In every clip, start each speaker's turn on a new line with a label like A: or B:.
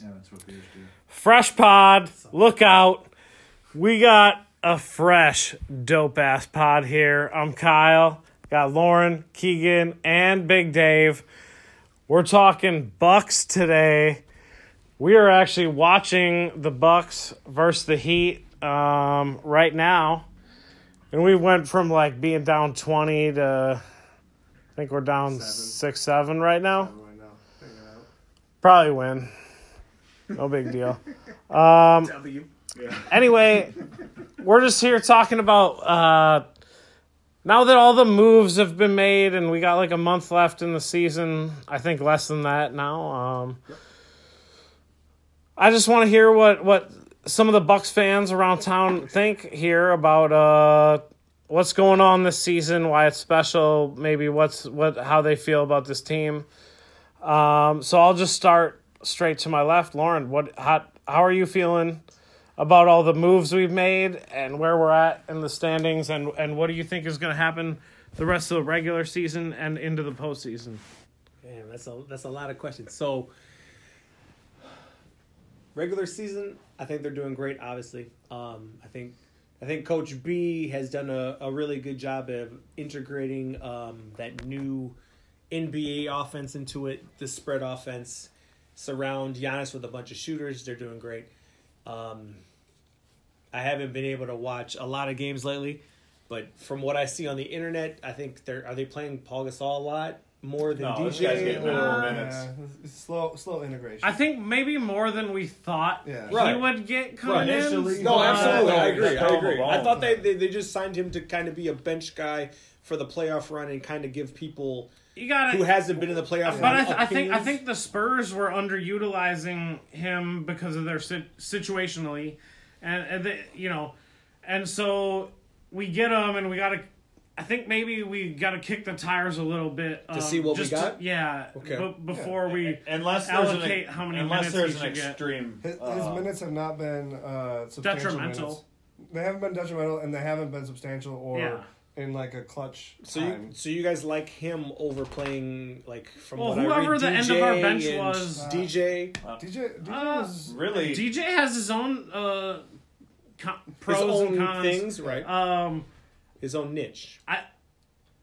A: Yeah, that's what beers do.
B: Fresh pod, look out. We got a fresh, dope ass pod here. I'm Kyle. Got Lauren, Keegan, and Big Dave. We're talking Bucks today. We are actually watching the Bucks versus the Heat um, right now. And we went from like being down 20 to I think we're down 6 7 right now
C: Right now. Oh, Figure it out.
B: probably win. No big deal. Um,
C: W. Yeah.
B: Anyway, we're just here talking about uh, now that all the moves have been made and we got like a month left in the season. I think less than that now. Um, I just want to hear what what some of the Bucks fans around town think here about uh, what's going on this season, why it's special, maybe what's what how they feel about this team. Um, so I'll just start straight to my left. Lauren, what how how are you feeling about all the moves we've made and where we're at in the standings and and what do you think is going to happen the rest of the regular season and into the postseason?
C: Man, that's a that's a lot of questions. So regular season, I think they're doing great. Obviously, um, I think I think Coach B has done a, a really good job of integrating um, that new NBA offense into it. The spread offense surround Giannis with a bunch of shooters. They're doing great. Um, I haven't been able to watch a lot of games lately, but from what I see on the internet, I think they're are they playing Paul Gasol a lot more than
D: No, this
C: DJ?
D: guy's getting
C: or-
D: minimum
B: Uh,
D: minutes.
E: it's slow, slow integration.
B: I think maybe more than we thought
E: Yeah.
B: he
C: Right.
B: would get
C: Right.
B: coming in.
C: No,
D: Uh,
C: absolutely.
D: no,
C: I agree.
D: it's
C: I agree.
D: probable.
C: I thought they, they they just signed him to kind of be a bench guy for the playoff run and kind of give people
B: You got
C: who
B: to
C: hasn't been in the playoff
B: But
C: run.
B: I, th- I think I
C: opinions.
B: think the Spurs were underutilizing him because of their sit- situationally, and, and they, you know, and so we get him, and we gotta. I think maybe we gotta kick the tires a little bit um,
C: see what we
B: just to-
C: got?
B: yeah.
C: Okay.
B: b- before we
D: Unless there's
B: Allocate
D: an,
B: how many
D: unless
B: minutes
D: there's
B: he
D: an
B: should get.
D: extreme
E: his, his
D: uh,
E: minutes have not been uh, substantial
B: detrimental.
E: minutes. They haven't been detrimental, and they haven't been substantial or
B: Yeah.
E: in like a clutch
C: so.
E: time.
C: You, so you guys like him over playing like from
B: Well,
C: what I
B: whoever
C: read,
B: the
C: DJ
B: end of our bench
C: and
B: was-
C: DJ
E: DJ, DJ
B: Uh,
E: was
D: really
B: DJ has his own uh, con- pros
C: his own
B: and cons.
C: things, right?
B: Um,
C: his own niche.
B: I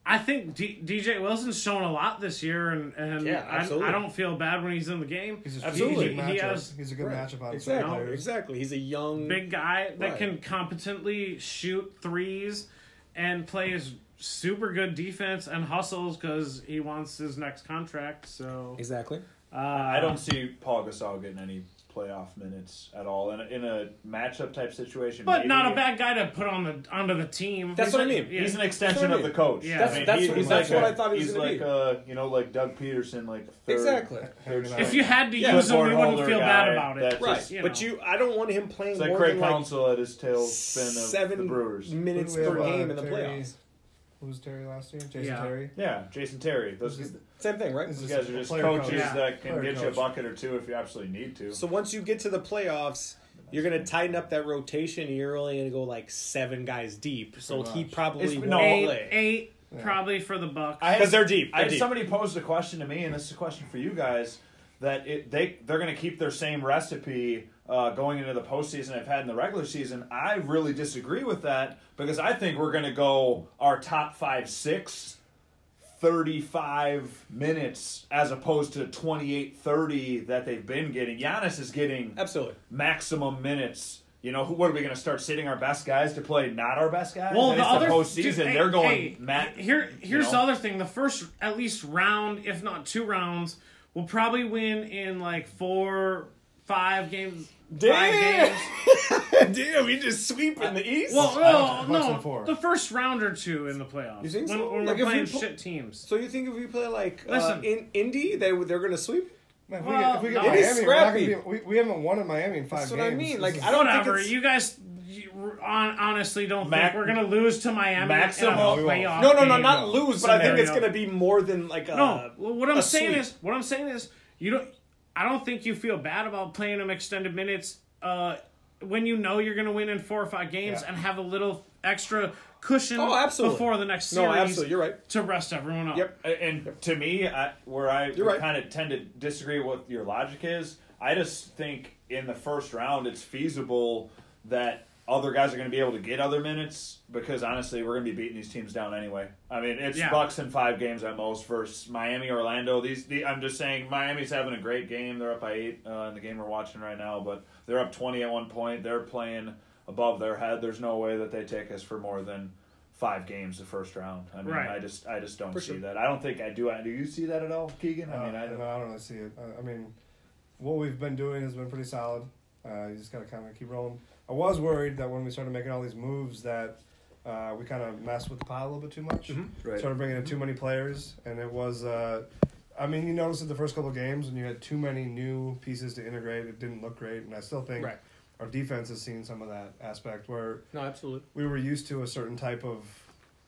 B: I think D- DJ Wilson's shown a lot this year, and and
C: Yeah,
B: I,
C: absolutely.
B: I don't feel bad when he's in the game.
E: he's a
C: Absolutely.
E: absolutely
B: he,
E: matchup.
B: he has
E: he's a good
C: Right.
E: matchup on
C: exactly,
E: certain players.
C: exactly. He's a young
B: big guy that
C: Right.
B: can competently shoot threes and plays super good defense and hustles because he wants his next contract. So
C: Exactly.
B: uh,
D: I don't see Paul Gasol getting any playoff minutes at all in a, in a matchup type situation.
B: But not a
D: maybe.
B: bad guy to put on the onto the team.
C: That's
B: He's
C: what I
B: like-
C: mean.
B: yeah.
D: He's an extension
C: Sure.
D: of the coach.
B: Yeah.
C: That's- that's
D: he-
C: what-
D: he's
C: that's
D: like
C: what
D: a-
C: I thought he was
D: He's
C: gonna
D: like
C: be.
D: uh you know like Doug Peterson like third,
C: Exactly.
D: Third
B: if you had to
D: Yeah.
B: use him,
D: Clipboard
B: we wouldn't
D: holder
B: feel
D: guy
B: bad about it.
D: that
C: Right,
D: just-
B: you
C: but
B: know.
C: you, I don't want him playing
D: It's like
C: more
D: Craig
C: than like
D: Council at his tail spin of
C: seven
D: the Brewers.
C: minutes
E: Who do
C: per
E: we have, uh,
C: game in the
E: Terry-
C: playoffs.
E: Who was Terry last year? Jason
B: Yeah.
E: Terry.
D: Yeah, Jason Terry. Those,
E: This
D: these
E: is-
C: Same thing, right?
E: this is
D: guys are just
E: player
D: coaches
B: Yeah.
D: that can
E: Player
D: get you a
E: coach.
D: bucket or two if you absolutely need to.
C: So once you get to the playoffs, you're going to tighten up that rotation. And you're only going to go like seven guys deep. So
E: Pretty
C: he
E: much.
C: probably
D: It's-
C: won't
D: no,
B: eight,
C: play
B: eight probably for the Bucks.
D: I had-
C: because they're deep.
D: I
C: They're
D: had
C: deep.
D: somebody posed a question to me, and this is a question for you guys. That it, they they're going to keep their same recipe uh, going into the postseason they've had in the regular season. I really disagree with that because I think we're going to go our top five six. 35 minutes as opposed to 28 30 that they've been getting. Giannis is getting
C: Absolutely.
D: maximum minutes. You know, who what are we going to start sitting our best guys to play not our best guys?
B: Well,
D: And
B: the
D: it's
B: other
D: postseason,
B: dude, hey,
D: they're going
B: hey,
D: Matt.
B: Here, here's
D: know?
B: the other thing: the first, at least round, if not two rounds, we'll probably win in like four, five games. Five
C: Damn.
B: games.
C: Damn, we just sweep in the East.
B: Well,
E: Bucks
B: oh, no,
E: and four.
B: no, the first round or two in the playoffs.
C: You think
B: when,
C: so?
B: when
C: Like, if
B: we're
C: we
B: playing
C: pl-
B: shit teams.
C: so you think if we play like uh,
B: Listen.
C: in Indy, they they're going to sweep?
E: Man, if
B: Well,
E: we,
B: no.
E: get,
B: It
E: if
B: is
E: we get Miami, we're not
C: scrappy.
E: gonna be, we, we haven't won in Miami in five
C: That's
E: games.
C: what I mean. Like
E: This
C: I
E: is-
C: don't
B: Whatever.
C: think it's
B: You guys, you, on, honestly, don't
D: Mac-
B: think we're gonna lose to Miami
D: Maximum-
B: in a
D: No, we
E: won't.
B: playoff
C: no, no, no,
B: game.
C: not lose, but I think it's
B: Scenario.
C: going to be more than like uh, a.
B: No, Uh, well, what I'm
C: a
B: saying
C: sweep.
B: is, what I'm saying is, you don't. I don't think you feel bad about playing them extended minutes uh, when you know you're going to win in four or five games
E: Yeah.
B: and have a little extra cushion
C: Oh, absolutely.
B: before the next
C: No,
B: series
C: absolutely. You're right.
B: to rest everyone up.
C: Yep.
D: And to me, I, where I
C: You're right.
D: kind of tend to disagree with your logic is, I just think in the first round it's feasible that other guys are going to be able to get other minutes because honestly we're going to be beating these teams down anyway. I mean it's
B: Yeah.
D: Bucks in five games at most versus Miami, Orlando. These the, I'm just saying Miami's having a great game. They're up by eight uh, in the game we're watching right now, but they're up twenty at one point. They're playing above their head. There's no way that they take us for more than five games the first round. I mean
B: Right.
D: I just I just don't
C: For
D: see
C: sure.
D: that. I don't think I do. I, do you see that at all, Keegan? I mean I don't.
E: Uh, no, I don't really see it. Uh, I, I mean, what we've been doing has been pretty solid. Uh, you just got to kind of keep rolling. I was worried that when we started making all these moves that uh, we kind of messed with the pot a little bit too much.
D: Mm-hmm. Right.
E: Started bringing in too many players, and it was. Uh, I mean, you noticed in the first couple of games when you had too many new pieces to integrate, it didn't look great, and I still think
C: Right.
E: our defense has seen some of that aspect where
C: No, absolutely.
E: we were used to a certain type of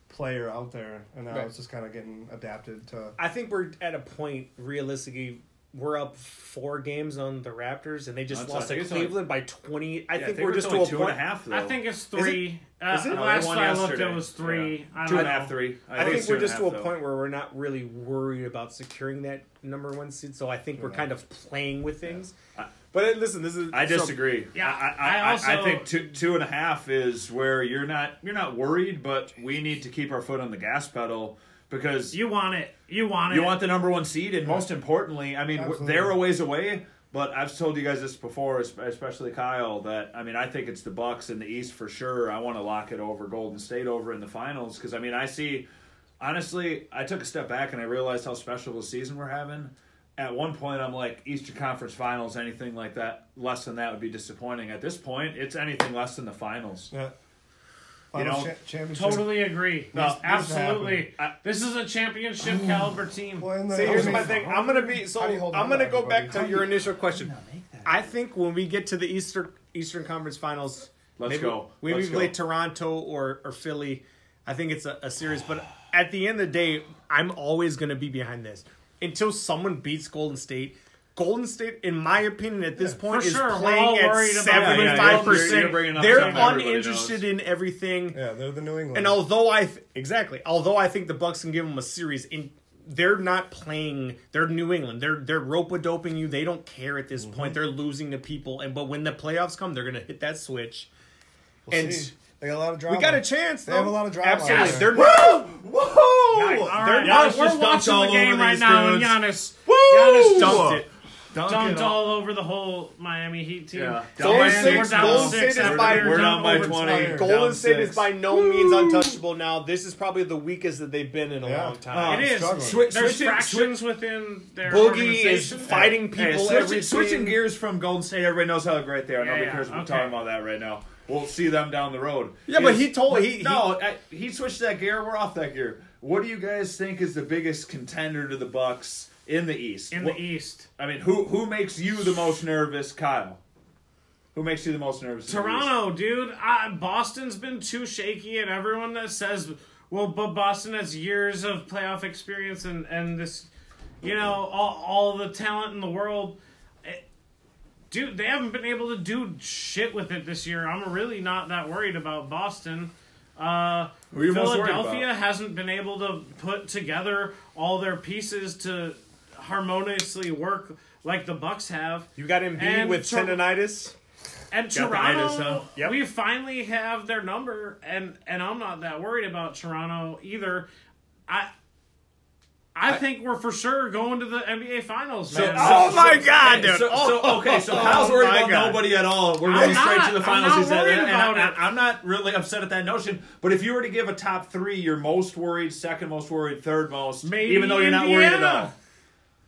E: player out there, and now
C: Right.
E: it's just kind of getting adapted to.
C: I think we're at a point realistically. We're up four games on the Raptors, and they just
D: That's- I
C: lost
D: think
C: to
D: it's only-
C: Cleveland by twenty. I,
D: Yeah,
C: think we're
D: it's
C: just to
D: only
C: a
D: two
C: point.
D: and a half, though.
B: I think it's three.
E: is it?
B: Uh,
E: No,
D: they
B: last
D: won
B: I looked,
D: yesterday.
B: it was three. I don't
D: two and a
B: know.
D: half, three.
C: I,
D: it's
C: think
D: two
C: we're
D: and
C: just to
D: half,
C: a
D: though.
C: point where we're not really worried about securing that number one seed. So I think we're kind of playing with things. But uh, listen, this is
D: I
C: so-
D: disagree.
B: Yeah,
D: I, I,
B: I
D: I,
B: also-
D: I think two two and a half is where you're not you're not worried, but we need to keep our foot on the gas pedal because you,
B: You want it. You want it.
D: want the number one seed, and most importantly, I mean w
E: Absolutely.
D: they're a ways away. But I've told you guys this before, es- especially Kyle, that I mean I think it's the Bucks in the East for sure. I want to lock it over Golden State over in the finals because I mean I see honestly, I took a step back and I realized how special of a season we're having. At one point, I'm like, Eastern Conference Finals, anything like that, less than that would be disappointing. At this point, it's anything less than the finals.
E: Yeah. Finals
D: know,
E: cha- championship.
B: Totally agree.
D: No, this
B: Absolutely.
D: happened. Oh.
B: This is a championship caliber team.
E: Well, and the-
C: See,
E: I
C: here's
E: mean,
C: my thing. I'm gonna be so.
E: How do you hold
C: I'm
E: on
C: gonna
E: to
C: go back
E: everybody?
C: to your initial question. I think when we get to the Eastern Eastern Conference Finals,
D: Let's
C: maybe,
D: go.
C: Maybe
D: Let's
C: we play
D: go.
C: Toronto or or Philly. I think it's a, a series, but at the end of the day, I'm always gonna be behind this until someone beats Golden State. Golden State, in my opinion, at this point,
B: For
C: is
B: sure, we're all
C: playing at
B: worried about- Yeah,
D: yeah, yeah.
C: seventy-five
D: You're- you're bringing
C: percent.
D: up
C: They're
D: something everybody
C: uninterested in everything.
E: Yeah, they're the New England.
C: And although I th- exactly, although I think the Bucks can give them a series, in they're not playing. They're New England. They're they're rope a doping you. They don't care at this
E: Mm-hmm.
C: point. They're losing to people. And but when the playoffs come, they're gonna hit that switch.
E: We'll
C: and
E: see. they got a lot of drama.
C: we got a chance.
E: They have a
C: though.
E: lot of drama.
C: Absolutely,
E: Yeah.
C: they're
D: Woo!
B: All
C: they're
B: right,
C: not-
B: we're
D: just dunked
B: watching
D: all
B: the game
D: over
B: right
D: these
B: now,
D: dudes.
B: and Giannis
D: Woo!
B: Giannis
C: dumped it.
B: dumped all over the whole Miami Heat team.
D: Yeah.
B: So
D: Golden
B: we're
D: State-
B: down
D: Golden
B: six
C: State is
B: after
C: by-
B: they're
D: We're
B: down
D: down by
B: over
D: 20.
B: time.
D: Down
C: Golden State is
D: six.
C: by no means untouchable now. This is probably the weakest that they've been in a
E: Yeah.
C: long time.
B: Uh, It is.
E: Struggling.
D: Swi-
B: There's
D: switching-
B: fractions within their
C: Boogie is
B: organization.
C: fighting
D: Hey,
C: people.
D: switching,
C: everything.
D: switching gears from Golden State, everybody knows how great they are.
B: Yeah,
D: Nobody
B: yeah,
D: cares. We're
B: okay.
D: talking about that right now. We'll see them down the road.
C: Yeah, but he told- he-
D: no. I, he switched that gear. We're off that gear. What do you guys think is the biggest contender to the Bucks in the East?
B: in
D: What-
B: the East.
D: I mean, who who makes you the most nervous, Kyle? Who makes you the most nervous? in the East?
B: Toronto, dude. I, Boston's been too shaky, and everyone that says, "Well, but Boston has years of playoff experience and and this, you know, all all the talent in the world." Eh, Dude, they haven't been able to do shit with it this year. I'm really not that worried about Boston. Uh,
D: Who are you most worried
B: Philadelphia
D: about?
B: hasn't been able to put together all their pieces to harmoniously work like the Bucks have.
C: You got Embiid
B: And
C: with
B: Tor-
C: tendonitis.
B: And
D: Got the
B: Toronto,
D: itis, huh?
C: Yep.
B: we finally have their number, and and I'm not that worried about Toronto either. I. I, think we're for sure going to the NBA Finals, man.
C: Oh my God,
D: okay,
C: dude.
D: So, so-
C: Oh,
D: okay, so
C: oh
D: Kyle's worried
C: my
D: about
C: God.
D: nobody at all. We're
B: I'm
D: going straight
B: not-
D: to the
B: I'm
D: finals.
B: not
D: He's at-
B: worried
D: and
B: about
D: I,
B: it.
D: am not really upset at that notion. But if you were to give a top three, your most worried, second most worried, third most,
B: Maybe
D: even though you're not worried at
B: Indiana.
D: all.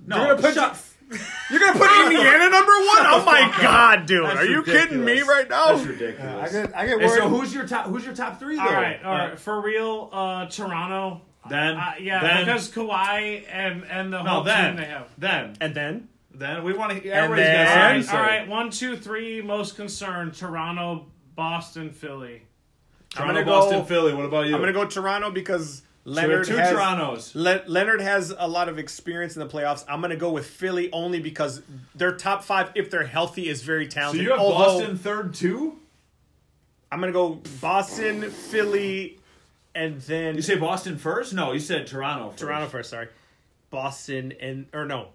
D: No,
C: You're gonna put
D: shut-
C: You're gonna put Indiana number one? Oh my god, dude!
D: that's
C: Are you kidding me
D: ridiculous.
C: right now?
D: That's ridiculous.
E: I get, I get
D: And
E: worried.
D: so who's your top? Who's your top three? Though?
B: all right, all
D: Yeah.
B: right, for real, uh, Toronto.
D: Then,
B: Uh, yeah,
D: then,
B: because Kawhi and and the
D: no,
B: whole
D: then,
B: team they have.
D: then,
C: And then
D: then we want to. hear
C: And
D: everybody's got
C: then-
B: All
D: something
B: right,
D: to
B: all
D: say.
B: right, one, two, three. Most concerned: Toronto, Boston, Philly.
D: Toronto,
C: I'm gonna
D: Boston,
C: go-
D: Philly. What about you?
C: I'm gonna go Toronto because
D: So we have
C: Leonard
D: two
C: has
D: Torontos.
C: Le- Leonard has a lot of experience in the playoffs. I'm gonna go with Philly only because their top five, if they're healthy, is very
D: So
C: talented.
D: you have
C: Although,
D: Boston third two.
C: I'm gonna go Boston, Philly, and then
D: You say Boston first? No, you said Toronto. First.
C: Toronto first. Sorry, Boston and or no,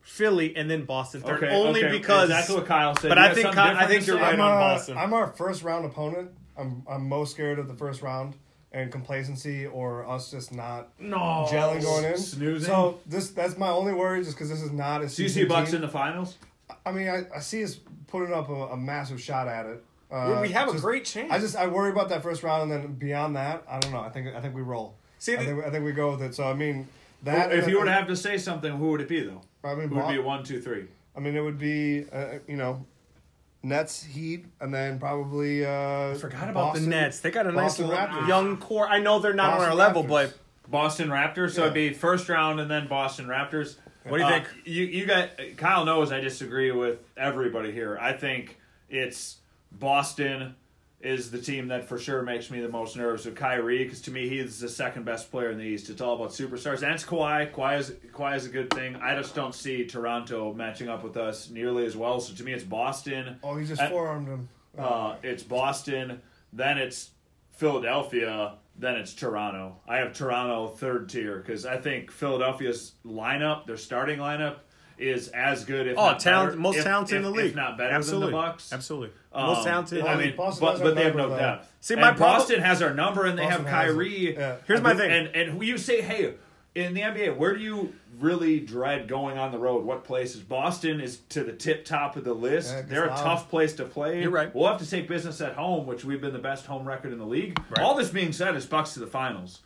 C: Philly, and then Boston third,
D: Okay,
C: only
D: okay,
C: because
D: exactly what Kyle said.
C: but
D: You
C: I
D: got
C: think
D: something
C: Ky- I
D: different
C: think
D: to
C: you're
D: say?
E: I'm,
C: right on
E: uh,
C: Boston.
E: I'm our first round opponent. I'm I'm most scared of the first round and complacency or us just not
B: No.
E: gelling going in.
D: snoozing.
E: So this that's my only worry, just because this is not a.
D: Do you
E: seasoned
D: see Bucks
E: team.
D: in the finals?
E: I mean, I, I see us putting up a, a massive shot at it. Uh,
C: we have a
E: just-
C: great chance.
E: I just I worry about that first round, and then beyond that, I don't know. I think I think we roll.
C: See,
E: I
C: the-
E: think, I think we go with it. So I mean, that
D: if you were to have to say something, who would it be though?
E: I mean,
D: Who would
E: Bo-
D: be one, two, three?
E: I mean, it would be uh, you know, Nets, Heat, and then probably. Uh,
C: I forgot about the Nets. They got a nice
E: Boston
C: little
E: Raptors.
C: young core. I know they're not on our
E: Boston
C: level,
E: Raptors.
C: but
D: Boston Raptors. So it'd be first round and then Boston Raptors.
C: What do you
D: Uh,
C: think?
D: You you got Kyle knows I disagree with everybody here. I think it's Boston is the team that for sure makes me the most nervous with Kyrie because to me he's the second best player in the East. It's all about superstars and it's Kawhi. Kawhi is Kawhi is a good thing. I just don't see Toronto matching up with us nearly as well. So to me it's Boston.
E: Oh, he just
D: I-
E: forearmed him.
D: Uh, it's Boston, then it's Philadelphia, then it's Toronto. I have Toronto third tier because I think Philadelphia's lineup, their starting lineup, is as good. If
C: oh,
D: not
C: talent,
D: better-
C: most
D: if-
C: talented in
D: if-
C: the league.
D: If not better
C: Absolutely.
D: than the Bucks.
C: Absolutely,
D: Um,
C: most talented.
D: I
E: Well,
D: mean,
E: Boston
D: but,
E: has our
D: but they have no
E: number, though.
D: depth.
C: See, my
D: And
C: problem-
D: Boston has our number, and they
E: Boston
D: have
E: has it.
D: Kyrie.
E: Yeah.
C: Here's my thing.
D: And and who you say, hey, in the NBA, where do you really dread going on the road? What places? Boston is to the tip top of the list.
E: Yeah, 'cause
D: They're a
E: loud.
D: tough place to play.
C: You're right.
D: We'll have to take business at home, which we've been the best home record in the league. All this being said, is Bucks to the finals.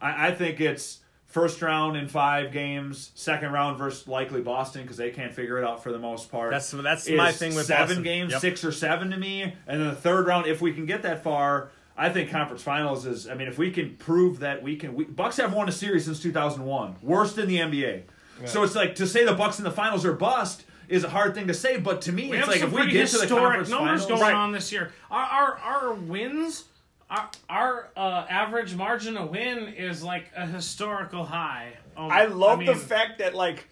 D: I, I think it's first round in five games, second round versus likely Boston because they can't figure it out for the most part.
C: That's- that's
D: is
C: my thing with
D: seven
C: Boston.
D: games,
C: Yep.
D: six or seven to me, and then the third round. If we can get that far, I think conference finals is. I mean, if we can prove that we can, we, Bucks have won a series since two thousand one, worst in the NBA. So it's like to say the Bucks in the finals are bust is a hard thing to say, but to me,
B: We
D: it's
B: have
D: like
B: some
D: if we
B: pretty
D: get to the
B: historic
D: conference
B: numbers
D: finals,
B: going on this year. Our our, our wins, our, our uh, average margin of win is like a historical high. Um,
C: I love the
B: mean,
C: fact that like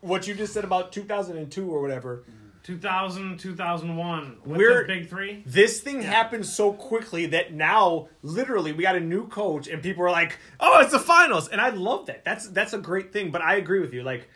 C: what you just said about 2002 or whatever.
B: 2000, 2001. With
C: We're-
B: the big three.
C: This thing happened so quickly that now literally we got a new coach and people are like, "Oh, it's the finals." And I love that. That's that's a great thing, but I agree with you. Like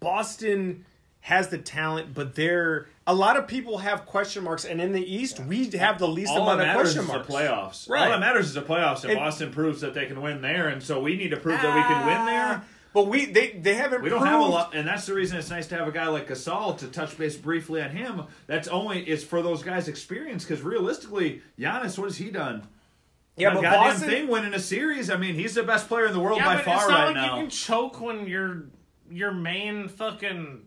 C: Boston has the talent, but they're a lot of people have question marks and in the East, we have the least
D: All that
C: amount of
D: matters
C: question
D: is the
C: marks.
D: playoffs.
C: Right.
D: All that matters is the playoffs, and,
C: And-
D: Boston proves that they can win there, and so we need to prove that we can win
C: Ah.
D: there.
C: But we they they haven't
D: We don't have a
C: proved-
D: lot, and that's the reason it's nice to have a guy like Gasol to touch base briefly on him. That's only it's for those guys' experience because realistically, Giannis, what has he done?
C: Yeah,
D: Done
C: but
D: goddamn
C: Boston
D: thing winning a series. I mean, he's the best player in the world
B: Yeah,
D: by
B: but
D: far
B: it's not
D: right
B: like
D: now.
B: you can choke when your your main fucking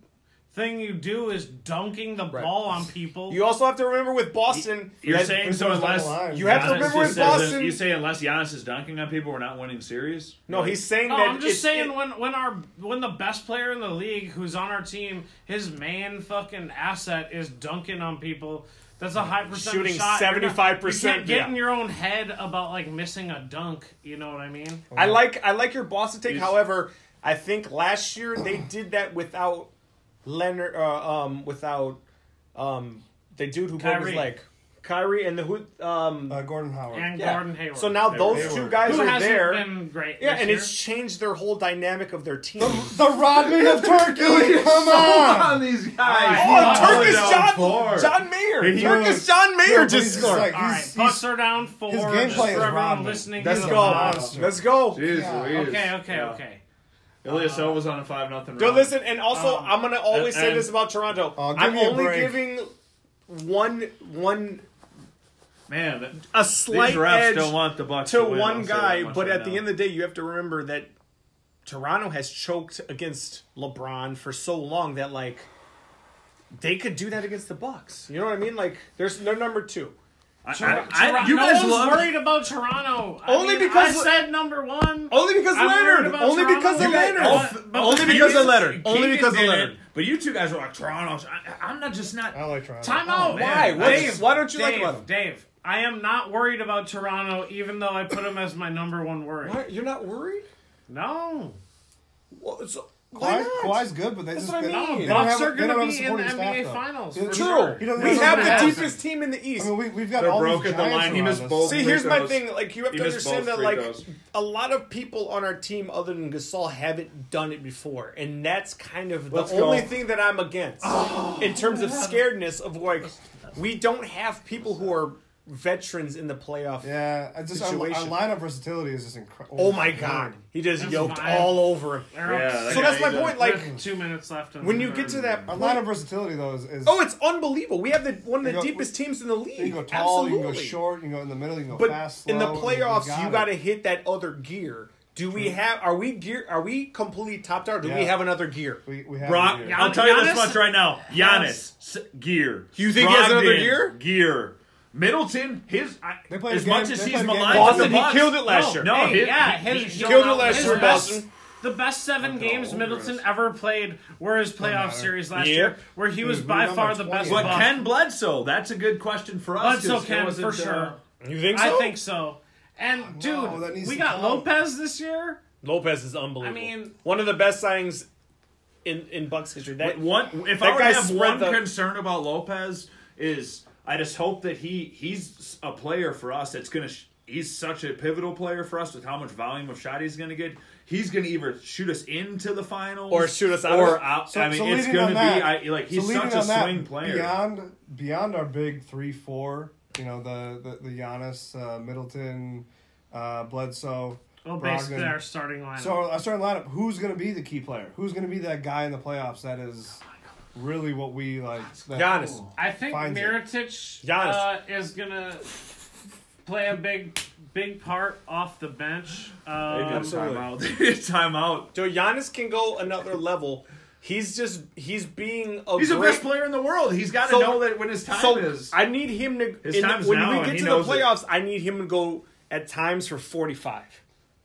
B: thing you do is dunking the ball on people.
C: You also have to remember with Boston
D: You're
C: that-
D: saying
E: this
D: so
E: one's
D: unless
E: on the line.
C: You have to
D: Giannis
C: remember
D: just
C: with
D: says that-
C: Boston-
D: you say unless Giannis is dunking on people, we're not winning series.
C: No, he's saying
B: no,
C: that
B: Oh, I'm
C: it's-
B: just saying
C: it-
B: when when our when the best player in the league who's on our team, his main fucking asset is dunking on people. That's a high percentage
C: Shooting
B: shot. You're not-
C: 75%,
B: You can't get
C: yeah.
B: in your own head about like missing a dunk. You know what I mean?
C: I like I like your Boston take. However, I think last year they did that without Leonard, uh, um, without um, the dude who broke his
B: Kyrie.
C: leg, Kyrie, and the who, um,
E: Uh, Gordon Howard.
B: And
C: yeah.
B: Gordon Hayward.
C: So now those
E: Hayward.
C: two guys
B: who
C: are
B: hasn't
C: there.
B: been great.
C: yeah,
B: this
C: and
B: year.
C: it's changed their whole dynamic of their team.
E: the Rodman of Turkey. Come on.
D: these
C: Oh,
B: Oh,
C: Turkish
D: down four.
C: John, John Mayer.
E: He
C: Turkish
E: was-
C: John
E: Yeah,
C: Mayer
E: but
C: just
E: he's
C: scored.
E: like-
B: all right.
E: he's-
B: Bucks are down four.
E: his
B: just
E: gameplay is
B: for everyone
E: Rodman.
B: listening.
E: That's
B: he's
E: the
B: a
C: Let's go.
B: monster.
E: monster.
C: Let's go.
D: Jeez
E: Yeah.
D: Louise.
B: Okay, okay,
D: Yeah.
B: okay.
D: Ilya Sova's on a five nothing.
C: No, listen, and also
B: Um,
C: I'm gonna always say
D: and-
C: this about Toronto.
E: Oh, give
C: I'm
E: me a
C: only
E: break.
C: giving one one
D: man, th-
C: a
D: these
C: slight
D: refs
C: edge
D: don't want the Bucks
C: to
D: to win, I'll
C: one
D: say that
C: guy,
D: much
C: but
D: right
C: at the
D: now.
C: end of the day, you have to remember that Toronto has choked against LeBron for so long that like they could do that against the Bucks. You know what I mean? Like there's they're number two.
D: I- I-
B: Tor-
D: I-
B: Tor-
D: you
B: no
D: guys
B: one's
D: love
B: worried about Toronto. I
C: Only
B: mean,
C: because-
B: I said number one.
C: Only because
B: I'm worried
C: Leonard.
B: about
C: Only
B: Toronto.
C: because of
B: You guys-
C: Leonly
B: Oh,
C: Leonard.
B: but- but
C: Only
B: Keegan-
C: because of Leonard. Only
D: Keegan
C: because of
D: did
C: Leonard.
D: it, But you two guys were like Toronto. I, I'm not just not.
E: I like Toronto.
B: Time out.
D: man.
C: Why? What's-
B: Dave,
C: why don't you like
B: Dave,
C: about him?
B: Dave, I am not worried about Toronto, even though I put him as my number one worry.
C: Why- You're not worried?
B: No.
C: Well, so,
E: Kawhi, Kawhi's good, but they
C: That's
E: just
C: what I
E: they
C: mean.
E: don't- they don't
B: Bucks
E: have-
B: are
E: they don't
B: going to
E: have a
B: be in the
E: supporting staff,
B: NBA
E: though.
B: Finals.
E: True.
B: for
E: He
B: sure.
E: doesn't-
B: That's
E: he
C: We
E: doesn't
B: what
C: have
B: it
C: the
B: is.
C: deepest team in the
E: I
C: East.
E: mean, we, we've got
D: They're
E: all
D: broke
E: these
D: at the
E: giants
D: line. He
E: around
D: missed
E: us.
D: both.
E: See,
D: free
C: See, here's my
D: throws.
C: thing. Like you have
D: He
C: to
D: missed both
C: understand that,
D: free
C: like
D: throws.
C: a lot of people on our team, other than Gasol, haven't done it before, and that's kind of the
D: Let's go.
C: only thing that I'm against in terms of scaredness of like we don't have people who are veterans in the playoff.
E: Yeah, I just our, our
C: Situation.
E: lineup versatility is just incredible.
C: Oh my god, he just
B: That's
C: yoked
B: vile.
C: all over him.
B: They're
D: Yeah,
B: up
D: that
C: So that's
D: guy
C: my
D: is a-
C: point. Like
B: with two minutes left. in
C: when
B: the
C: you get to
B: third.
C: that,
E: Our line of versatility though is, is
C: oh, it's unbelievable. We have the one of the
E: You go-
C: deepest teams in the league.
E: you can go tall,
C: Absolutely.
E: you can go short, you can go in the middle, you can go
C: But
E: fast.
C: in the
E: slow,
C: playoffs, you
E: it.
C: got to hit that other gear. Do we have? Are we gear? Are we completely topped out? Or do we
E: Yeah.
C: have another gear?
E: We, we have
D: Brock,
E: it here.
B: Yeah.
D: I'll tell you
B: Giannis-
D: this much right now. Giannis, s- gear.
C: You think he has another
D: Brogdon,
C: gear?
D: Gear. Middleton, his I,
E: They played
D: as
E: a game-
D: much as
E: they
D: he's
E: played a game-
D: maligned,
E: Boston,
D: the
C: he
D: Bucks-
C: killed it last
D: no,
C: year.
D: No,
B: Hey,
D: his,
B: yeah,
D: he-
B: his
D: he-
B: showed
C: killed it
B: out-
C: last
B: his
C: year,
B: best-
C: Boston.
B: The best seven games
E: over
B: Middleton
E: us.
B: ever played were his playoff series last
C: Yeah.
B: year, where he was
E: Dude,
B: by
E: we're
B: far
E: number
B: the best.
E: 20.
D: but
B: Buck.
D: Ken Bledsoe, that's a good question for us.
B: Bledsoe
D: 'cause it
B: can,
D: wasn't,
B: for
D: uh,
B: sure.
C: You think
B: I think so. And
E: no, that
B: dude,
E: needs
B: we
E: to
B: got
E: come.
B: Lopez this year.
C: Lopez is unbelievable.
B: I mean-
C: one of the best signings in in Bucks history. That
D: One, if
C: That
D: I were to
C: guy
D: have
C: spread
D: one
C: the-
D: concern about Lopez is, I just hope that he he's a player for us that's gonna. Sh- he's such a pivotal player for us with how much volume of shot he's gonna get. He's gonna either shoot us into the finals
C: Or shoot us out.
D: Or out.
E: So-
D: I mean,
E: so
D: it's
E: leading on
D: gonna
E: that-
D: be I, like he's
E: so leading
D: such a
E: on that,
D: swing player.
E: Beyond beyond our big three four, you know the the, the Giannis, uh, Middleton, uh, Bledsoe,
B: Well, basically
E: Brogdon.
B: our starting lineup.
E: So our starting lineup, who's going to be the key player? Who's going to be that guy in the playoffs? That is really what we like. That,
C: Giannis.
B: I think
E: finds it.
B: Miritich
C: Giannis.
B: uh, is gonna play a big, big part off the bench. Um,
C: Absolutely.
D: Timeout. Timeout.
C: So Giannis can go another level. He's just he's being a
D: He's the
C: great
D: best player in the world. He's got to
C: So-
D: know that when his time
C: so
D: is.
C: I need him to
D: His
C: in the-
D: time's
C: when
D: now,
C: we
D: and
C: get
D: he
C: to the
D: knows it.
C: playoffs. I need him to go at times for forty five.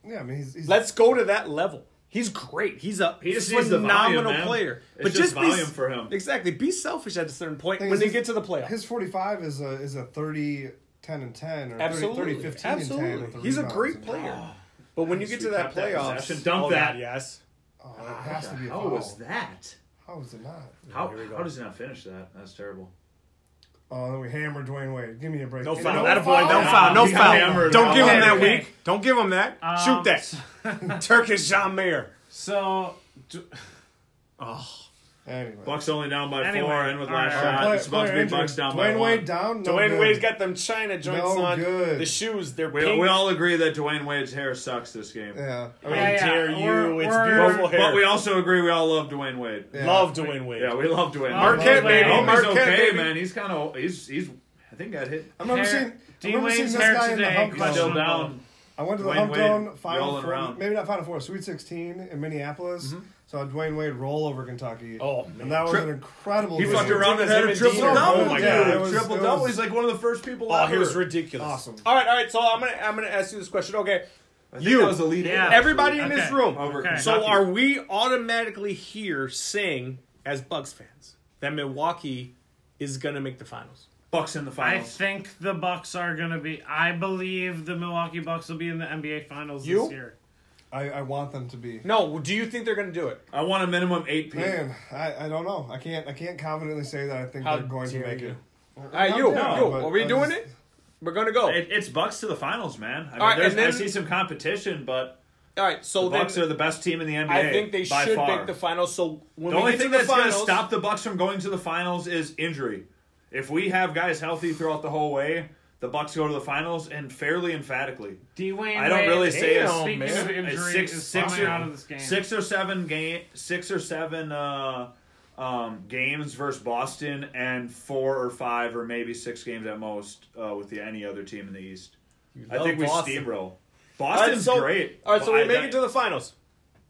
E: Yeah, I mean, he's, he's
C: Let's go to that level. He's great. He's a
D: He just needs the
C: phenomenal
D: volume, man.
C: player.
D: It's just
C: be-
D: volume for him.
C: Exactly. Be selfish at a certain point
E: Thing
C: when
E: is,
C: they
E: his-
C: get to the playoffs.
E: his forty five is a is a 30, 10 and ten or 30,
C: Absolutely.
E: 30 15
C: Absolutely.
E: and Ah. ten. with the
C: He's a
E: rebounds.
C: great player. But when you get to
D: we
C: that
D: cut that
C: playoffs,
D: possession. Dump
C: oh,
D: that.
C: God, yes.
E: Oh, it has to be. A
D: How
E: foul.
D: was that?
E: How was it not?
D: How,
C: here we go.
D: how does he not finish that? That's terrible.
E: Oh, then we hammered Dwayne Wade. Give me a break.
C: No
E: Hey,
C: foul.
E: no
C: that a boy. No
E: foul.
C: foul. No
D: He got
C: foul.
D: hammered.
C: Don't give him that
B: Okay.
C: week. Don't give him that.
B: Um,
C: Shoot
D: Um,
C: that. Turkish Jean Mayer.
B: so, d-
E: Anyway.
D: Bucks only down by
B: Anyway,
D: four, and with
B: all
D: last
B: right,
D: shot,
B: all
E: Player-
D: it's about to
E: player
D: be Bucks
E: injury.
D: down by
E: Dwayne
D: one.
E: Wade down. No
C: Dwayne
E: good.
C: Wade's got them China joints
E: No
C: on.
E: good.
C: The shoes, they're
D: We,
C: pink.
D: we all agree that Dwayne Wade's hair sucks this game,
E: Yeah. I mean,
B: Yeah, yeah.
C: dare you.
B: We're-
C: it's
B: we're-
C: beautiful hair.
D: but we also agree we all love Dwayne Wade. Yeah,
E: yeah.
C: Love Dwayne Wade.
D: we love Dwayne.
B: Marquette,
D: Wade.
B: baby.
D: I hope he's
C: Marquette,
D: okay,
C: baby.
D: man. He's kind of he's he's. I think got hit.
E: I remember
B: Hair-
E: seeing. I remember
B: Dwayne's
E: seeing this
B: hair
E: guy in the
B: today,
E: hump
B: question-
E: zone.
D: Still down.
E: I went to the
D: Dwayne
E: hump
D: Wade
E: zone final
D: rolling
E: four,
D: around. Mm-hmm.
E: maybe not final four, Sweet Sixteen in Minneapolis. Saw Dwayne Wade roll over Kentucky.
C: Oh, man.
E: and that was
D: Trip-
E: an incredible.
D: He
E: game.
D: fucked around and had a
C: Him and
D: triple
C: Dino.
D: double.
C: Oh my
D: dude.
C: God.
E: It was-
D: triple
E: it
D: double.
E: was-
D: He's like one of the first people.
C: Oh,
D: ever.
C: he was ridiculous.
E: Awesome.
C: All right, all right. So I'm gonna I'm gonna ask you this question. Okay,
D: I think
C: you
D: that was the lead.
B: Yeah.
C: everybody in this
B: Okay.
C: room.
D: Over
B: Okay.
C: So
D: Kentucky.
C: are we automatically here saying, as Bucks fans, that Milwaukee is gonna make the finals?
D: Bucks in the
B: I
D: finals.
B: think the Bucks are gonna be. I believe the Milwaukee Bucks will be in the NBA Finals
C: You?
B: this year.
E: I, I want them to be.
C: No. Do you think they're gonna do it?
D: I want a minimum eight P.
E: Man, I, I don't know. I can't I can't confidently say that I think
C: How
E: they're going to
C: dare
E: make
C: you.
E: it.
C: All right,
E: I'm
C: you,
E: down,
C: you.
E: but
C: Are we
E: I'm
C: doing
E: just-
C: it? We're gonna go.
D: It, it's Bucks to the finals, man. I mean,
C: All right,
D: there's,
C: and then-
D: I see some competition, but
C: all right. So
D: the
C: then
D: Bucks are the best team in the NBA.
C: I think they
D: by
C: should
D: far.
C: make the finals. So when we
D: The only
C: get
D: thing
C: to the
D: that's going to
C: finals,
D: stop the Bucks from going to the finals is injury. If we have guys healthy throughout the whole way, the Bucks go to the finals and fairly emphatically.
B: Dwayne.
D: I don't
B: Wade,
D: really say a-
B: speaking
C: Damn,
B: of
D: man.
B: injury,
D: A six-
B: is
D: six
B: coming
D: or-
B: out of this game.
D: Six or seven game, six or seven uh, um, games versus Boston, and four or five or maybe six games at most uh, with the, any other team in the East. I
C: love
D: think we
C: Boston.
D: steamroll.
C: All
D: Boston's
C: right, so,
D: great.
C: All right, so
D: I-
C: we make it to the finals.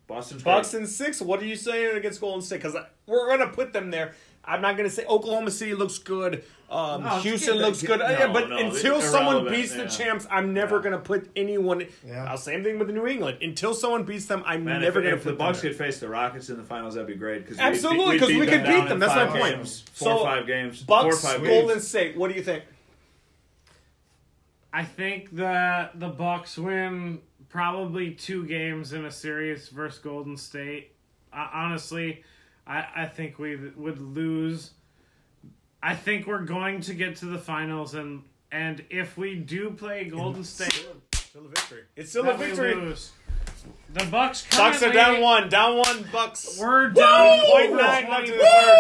D: Boston's
C: Bucks
D: great.
C: in six. What are you saying against Golden State? Because we're gonna put them there. I'm not gonna say Oklahoma City looks good. Um,
D: No,
C: Houston
D: get the-
C: looks good.
D: get-
C: Uh, yeah,
D: no,
C: but
D: no,
C: until
D: it's
C: someone
D: irrelevant,
C: beats the
D: yeah.
C: champs, I'm never gonna put anyone.
E: Yeah.
C: Uh, same thing with New England. Until someone beats them, I'm
D: Man,
C: never
D: if,
C: gonna
D: if
C: put
D: the Bucks
C: them
D: could face the Rockets in the finals, that'd be great. Cause we'd beat-
C: Absolutely,
D: we'd
C: 'cause we could
D: them
C: beat
D: down
C: them.
D: in
C: That's
D: five
C: my point.
D: games. Four
C: So,
D: or five games.
C: there.
D: Four or
C: Bucks,
D: five
C: Golden
D: games.
C: State. What do you think?
B: I think that the Bucks win probably two games in a series versus Golden State. I, honestly, I, I think we would lose. I think we're going to get to the finals, and and if we do play Golden State,
C: Still a victory.
F: It's still a
B: that we
F: victory.
B: lose. The Bucks.
F: Bucks are
B: currently-
F: down one. Down one. Bucks.
B: We're down
F: Point
B: over
F: nine left
B: 20
F: in the third.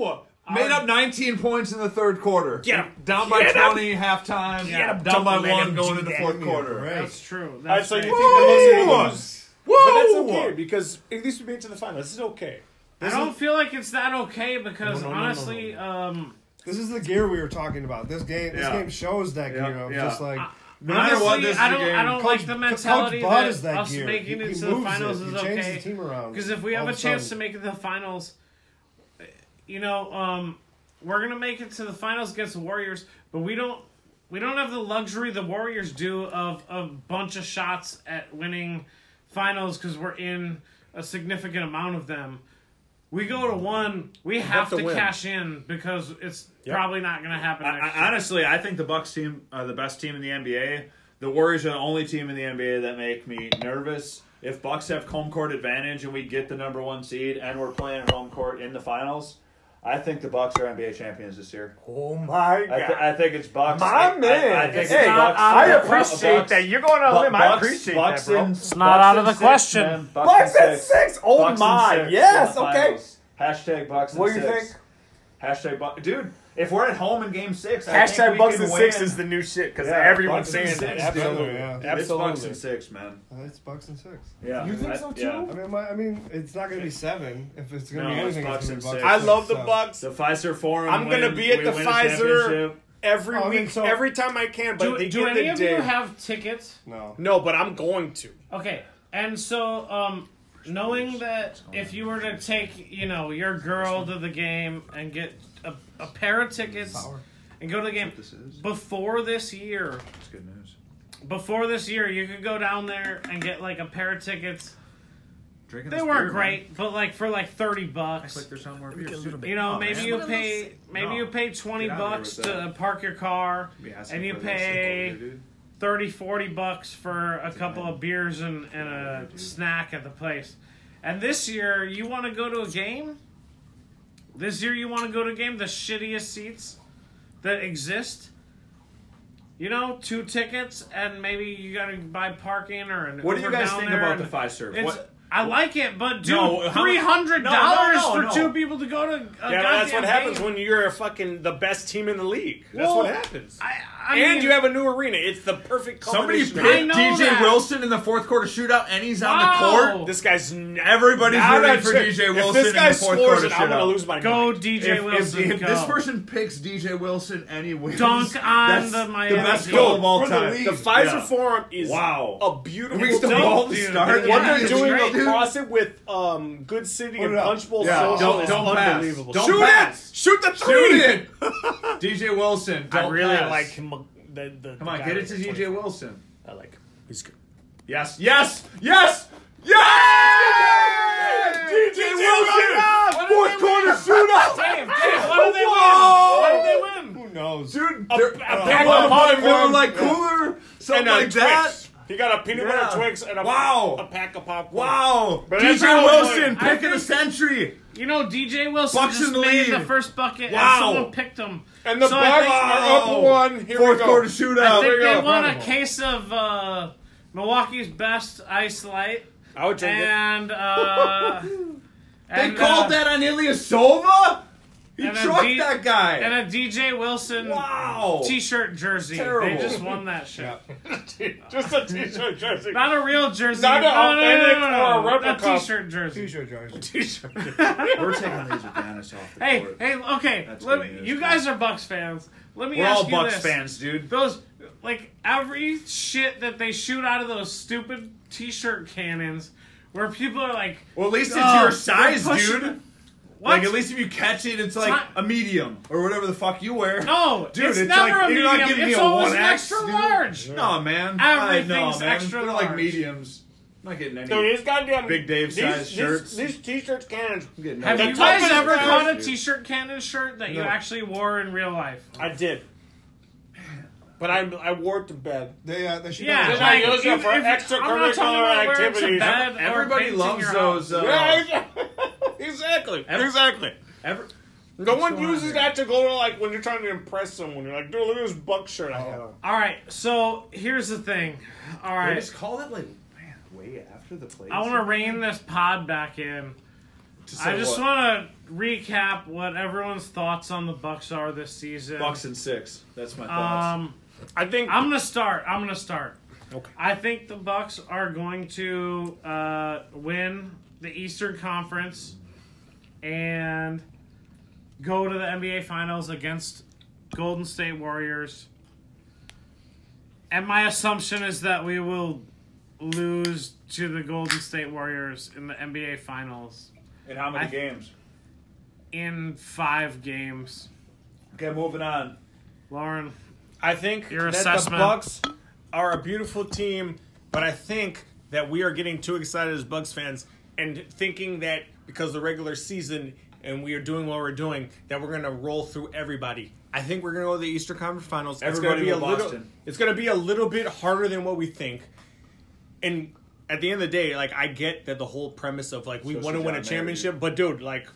D: Woo! Made up 19 points in the third quarter.
F: Get 'em.
D: Down by
F: Get 'em.
D: 20 halftime.
F: Get 'em.
D: Down
F: Don't
D: by
F: let 'em
D: one going
F: do
D: into
F: that.
D: fourth quarter.
B: That's true.
F: All right,
B: That's
F: so you
B: right.
F: think the
D: Woo!
F: Bucks are lose?
D: Woo!
C: But that's okay because at least we made it to the finals. This is okay.
B: I don't feel like it's that okay because honestly, um,
E: This is the gear we were talking about. This game, this
D: Yeah.
E: game shows that
D: Yeah,
E: gear of
D: yeah.
E: just like
D: No matter
B: honestly,
D: what, this is
B: I
D: the
B: don't, I
D: game.
B: don't
E: Coach-
B: like the
E: Coach
B: mentality
E: Bud
B: that,
E: is that
B: us
E: gear.
B: making
E: He-
B: it
E: he
B: to the
E: moves
B: finals
E: it.
B: is
E: He changes the
B: okay.
E: team around
B: Because if we
E: all
B: have a
E: of a
B: chance to
E: sudden.
B: make it to the finals, you know, um, we're gonna make it to the finals against the Warriors, but we don't. We don't have the luxury the Warriors do of a bunch of shots at winning finals because we're in a significant amount of them. We go to one, we have,
C: to
B: to,
C: win.
B: cash in because it's probably not going to happen.
D: I,
B: Next
D: I, honestly, I think the Bucks team are the best team in the NBA. The Warriors are the only team in the NBA that make me nervous. If Bucks have home court advantage and we get the number one seed and we're playing at home court in the finals, I think the Bucks are NBA champions this year.
C: Oh my
D: I, th- I think it's Bucks.
C: My
D: I,
C: man.
D: I, I think
C: Hey,
D: it's Bucks.
C: I
D: Bucks-
C: appreciate
D: Bucks-
C: that. You're going on a
D: Bu-
C: limb. I
D: Bucks-
C: appreciate
D: Bucks
C: that, bro.
D: in-
F: It's not
D: Bucks
F: out
D: in
F: of the
D: six,
F: question.
D: man.
C: Bucks
D: in
C: in six? Oh
D: Bucks in
C: my.
D: six in
C: Yes,
D: the
C: okay.
D: finals. Hashtag Bucks. in
C: What do you
D: six.
C: think?
D: Hashtag Bucks. Duks. Dude, if we're at home in Game Six, I think
C: Hashtag
D: we
C: Bucks
D: can
C: and Six
D: win.
C: is the new shit because
D: Yeah,
C: everyone's
D: Bucks and
C: saying
D: Six,
C: that.
D: dude.
E: Absolutely, yeah.
D: It's Bucks and Six, man.
E: it's Bucks and six.
D: Yeah.
C: You think
D: I-
C: so, too?
D: yeah.
E: I mean, my, I mean, it's not gonna be seven if it's gonna
D: No,
E: be
D: it's
E: anything.
D: Bucks
E: It's gonna
D: and
E: be Bucks.
D: six.
E: and
C: I love the
E: so-
C: Bucks
D: The Pfizer Forum.
C: I'm gonna
D: win-
C: be at
D: we
C: the
D: win a
C: Pfizer-
D: championship.
C: every
E: I mean,
C: week,
E: so-
C: every time I can. But
B: do
C: at the
B: do
C: end of
B: any
C: the
B: of
C: day,
B: you have tickets?
E: No,
C: no. But I'm going to.
B: Okay, and so um, knowing that if you were to take you know your girl to the game and get a, a pair of tickets and go to the game
D: This is.
B: before this year,
D: It's good news.
B: before this year, you could go down there and get like a pair of tickets.
D: Drinking
B: They
D: this
B: weren't
D: beer,
B: great, but like for like thirty
D: Man. It's
B: bucks.
D: like there's somewhere beer. Super-
B: You know,
D: Oh,
B: maybe
D: man.
B: you pay maybe
D: No.
B: you pay twenty
D: Get out of here
B: bucks
D: with that.
B: to park your car.
D: Be asking
B: And you
D: for this over
B: pay-
D: here, dude.
B: 30 40 bucks for a couple of beers and, and a snack at the place and this year you want to go to a game this year you want to go to a game the shittiest seats that exist you know two tickets and maybe you gotta buy parking or an
D: What do you
B: Uber
D: guys
B: down
D: think
B: there
D: about
B: and
D: the Pfizer?
B: it's,
D: What?
B: I like it, but dude,
D: No, how much-
B: three hundred dollars
D: No, no, no,
B: for
D: no.
B: two people to go to a
C: Yeah,
B: goddamn
C: but that's what happens
B: game.
C: when you're a fucking the best team in the league. That's
B: Well,
C: what happens.
B: I, I mean,
C: and you have a new arena. It's the perfect.
D: Somebody
C: culmination
B: pick-
C: of it.
D: picked
B: know
D: DJ
B: that.
D: Wilson in the fourth quarter shootout, and he's on the
B: Wow.
D: court.
C: This guy's n-
D: Everybody's
C: I'm
D: rooting
C: not
D: for
C: sure.
D: DJ
C: If
D: Wilson
C: this guy
D: in the fourth
C: scores
D: quarter
C: it, I'm gonna
D: shootout.
C: lose my
B: go
C: mind.
B: DJ
D: If, if,
B: Wilson.
D: if
B: go.
D: this person picks DJ Wilson and he wins,
B: Dunk on
D: that's
B: the Miami
D: the best
B: Heat.
D: goal of all
E: For the
D: time.
E: league.
C: The Pfizer
D: Yeah.
C: Forum is
D: Wow.
C: a beautiful.
D: We used to
C: thing.
D: ball the
B: dude.
D: start.
B: Yeah.
C: What
B: Yeah,
C: they're
B: it's
C: doing
B: great.
C: across it with um, Good City
E: Put
C: and
E: it up.
C: Punch Bowl
E: Yeah.
C: Social
D: Don't-
C: is
D: don't pass.
C: unbelievable.
D: Don't
C: Shoot
D: pass.
C: it! Shoot the three!
D: Shoot it, DJ Wilson. Don't
C: I really
D: pass.
C: like him. The, the,
D: Come on, get it to DJ Wilson.
C: I like him. He's good.
D: Yes, yes, yes, yes! DJ, Wilson, fourth quarter shootout,
B: Dave, Dave, why did they win?
D: Whoa!
B: Why did they win?
E: who knows?
D: dude.
C: A-
D: they're-
C: a
D: uh,
C: pack
D: what
C: of
D: about
C: popcorn.
D: Miller Lite
C: Yeah.
D: cooler, something
C: And a
D: like
C: Twix.
D: that.
C: He got a peanut
D: Yeah.
C: butter Twix and a,
D: Wow.
C: a pack of popcorn.
D: Wow,
C: But
D: DJ
C: that's how it
D: Wilson,
C: went.
B: I
D: pick of the
B: think-
D: century.
B: You know, DJ Wilson
D: Bucks in
B: just
D: the
B: made
D: lead.
B: the first bucket,
D: Wow.
B: and someone picked him.
C: And the
B: So I
C: Bucks
B: think-
D: oh,
C: are up one. Here
D: Fourth
C: we go.
D: quarter
B: I
D: shootout.
B: think they
C: go.
B: won a
E: Incredible.
B: case of uh, Milwaukee's best ice light,
C: I would take it.
B: and uh,
D: They
B: and, uh,
D: called that on Ilya Sova. He
B: and a
D: trucked
B: D-
D: that guy.
B: and a DJ Wilson
D: wow.
B: T-shirt jersey. They
D: Terrible.
B: just won that shit.
C: Just a t-shirt jersey.
B: Not a real jersey.
C: Not
B: no, no,
C: an
B: no,
D: uh,
C: authentic
B: no, no,
C: or a
B: no.
C: replica.
B: A T-shirt jersey.
E: T-shirt jersey.
C: t-shirt.
D: We're taking these with Giannis off the
B: Hey,
D: court.
B: hey, okay.
D: That's
B: Let
D: good
B: me,
D: news.
B: you guys are Bucks fans. Let me
D: We're
B: ask
D: all
B: you
D: Bucks
B: this.
D: fans, dude.
B: Those like every shit that they shoot out of those stupid t-shirt cannons, where people are like,
D: Well, at least it's
B: Oh,
D: your size,
B: they're pushing-
D: dude.
B: "What?
D: Like, at least if you catch it, it's like
B: not-
D: a medium or whatever the fuck you wear.
B: no,
D: Dude,
B: it's,
D: it's
B: never
D: like-
B: a
D: you're not
B: medium.
D: giving me
B: it's
D: a
B: always an
D: 1X,
B: extra
D: dude.
B: large."
D: No, man. I, no,
B: Everything's
D: man.
B: extra
D: They're like
B: large.
D: mediums. I'm not getting any.
C: Dude, these goddamn
D: Big Dave
C: these- these-
D: size shirts.
C: These t-shirts cannons.
D: I'm getting
B: Have
D: no-
B: you
C: The
B: guys
C: toughest
B: ever
C: guys,
B: caught a
D: dude.
B: t-shirt cannon shirt that you
E: No.
B: actually wore in real life?
C: I did. But I I wore it to bed.
E: They uh, they should.
B: Yeah,
C: Did
E: have-
C: I
B: like,
C: use it
B: if-
C: for
B: if- I'm not talking
C: extracurricular
B: about wearing it to
C: activities?
B: bed or
D: Everybody
B: painting
D: loves
B: your
D: those.
B: house.
D: Uh,
C: Yeah, exactly. Exactly.
D: Ever,
C: No one
E: going on
C: uses
E: here?
C: that to go to like when you're trying to impress someone. You're like, dude, look at this buck shirt
D: Oh.
C: I had on.
D: uh,
B: All right, so here's the thing. All
D: they
B: right,
D: just call it like man, way after the play.
B: I want to rein this pod back in. I just want to recap what everyone's thoughts on the Bucks are this season.
D: Bucks and six. That's my thoughts.
B: Um,
C: I think
B: I'm gonna start. I'm gonna start.
C: Okay.
B: I think the Bucks are going to uh, win the Eastern Conference and go to the NBA Finals against Golden State Warriors. And my assumption is that we will lose to the Golden State Warriors in the NBA Finals
D: In how many
B: I-
D: games?
B: in five games.
D: Okay, moving on.
B: Lauren,
C: I think
B: Your
C: that the
B: assessment.
C: Bucks are a beautiful team, but I think that we are getting too excited as Bucks fans and thinking that because the regular season and we are doing what we're doing, that we're gonna roll through everybody. I think we're gonna go to the Eastern Conference Finals.
D: Everybody
C: it's gonna be
D: but
C: a little
D: Boston.
C: it's gonna be a little bit harder than what we think. And at the end of the day, like I get that the whole premise of like we
D: Especially
C: want to win a
D: John Mayer,
C: championship, but dude, like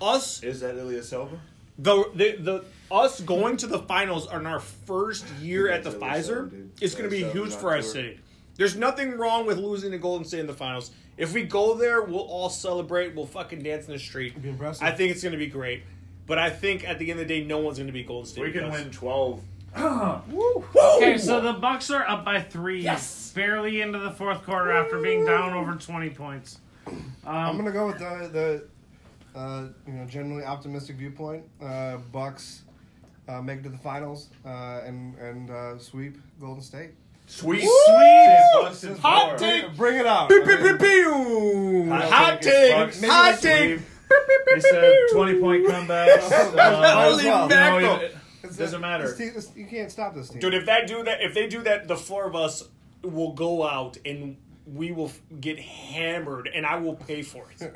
C: us
D: Is that Ilya Silva?
C: the the, the us going to the finals on our first year
D: Yeah,
C: at the
D: it's really
C: Pfizer
D: something, dude.
C: is going to be
D: Yeah,
C: huge
D: something's
C: for our
D: on tour.
C: city. There's nothing wrong with losing to Golden State in the finals. If we go there, we'll all celebrate. We'll fucking dance in the street.
E: It'd be impressive.
C: I think it's going to be great. But I think at the end of the day, no one's going to be Golden State.
D: We can
C: because-
D: win twelve.
C: Woo!
B: Okay, so the Bucks are up by three, barely into the fourth quarter after being down over twenty points.
E: I'm gonna go with the the uh, you know generally optimistic viewpoint. Uh, Bucks uh, make it to the finals uh, and and uh, sweep Golden State.
D: Sweet,
C: Woo!
D: Boston's
C: Hot
D: four.
C: take.
E: Bring it out.
C: Pew,
E: I
C: pew,
E: mean,
C: pew, pew.
D: Hot
C: Hot
D: take is
C: take.
D: Bucks.
C: Hot take.
D: Maybe He said twenty point comebacks. uh,
E: Might as
C: Holy
E: well.
D: no,
C: mackerel.
D: it- it doesn't
E: This
D: matter.
E: team- this- you can't stop this team.
C: Dude, if that do that, if they do that, the four of us will go out and we will f- get hammered, and I will pay for it.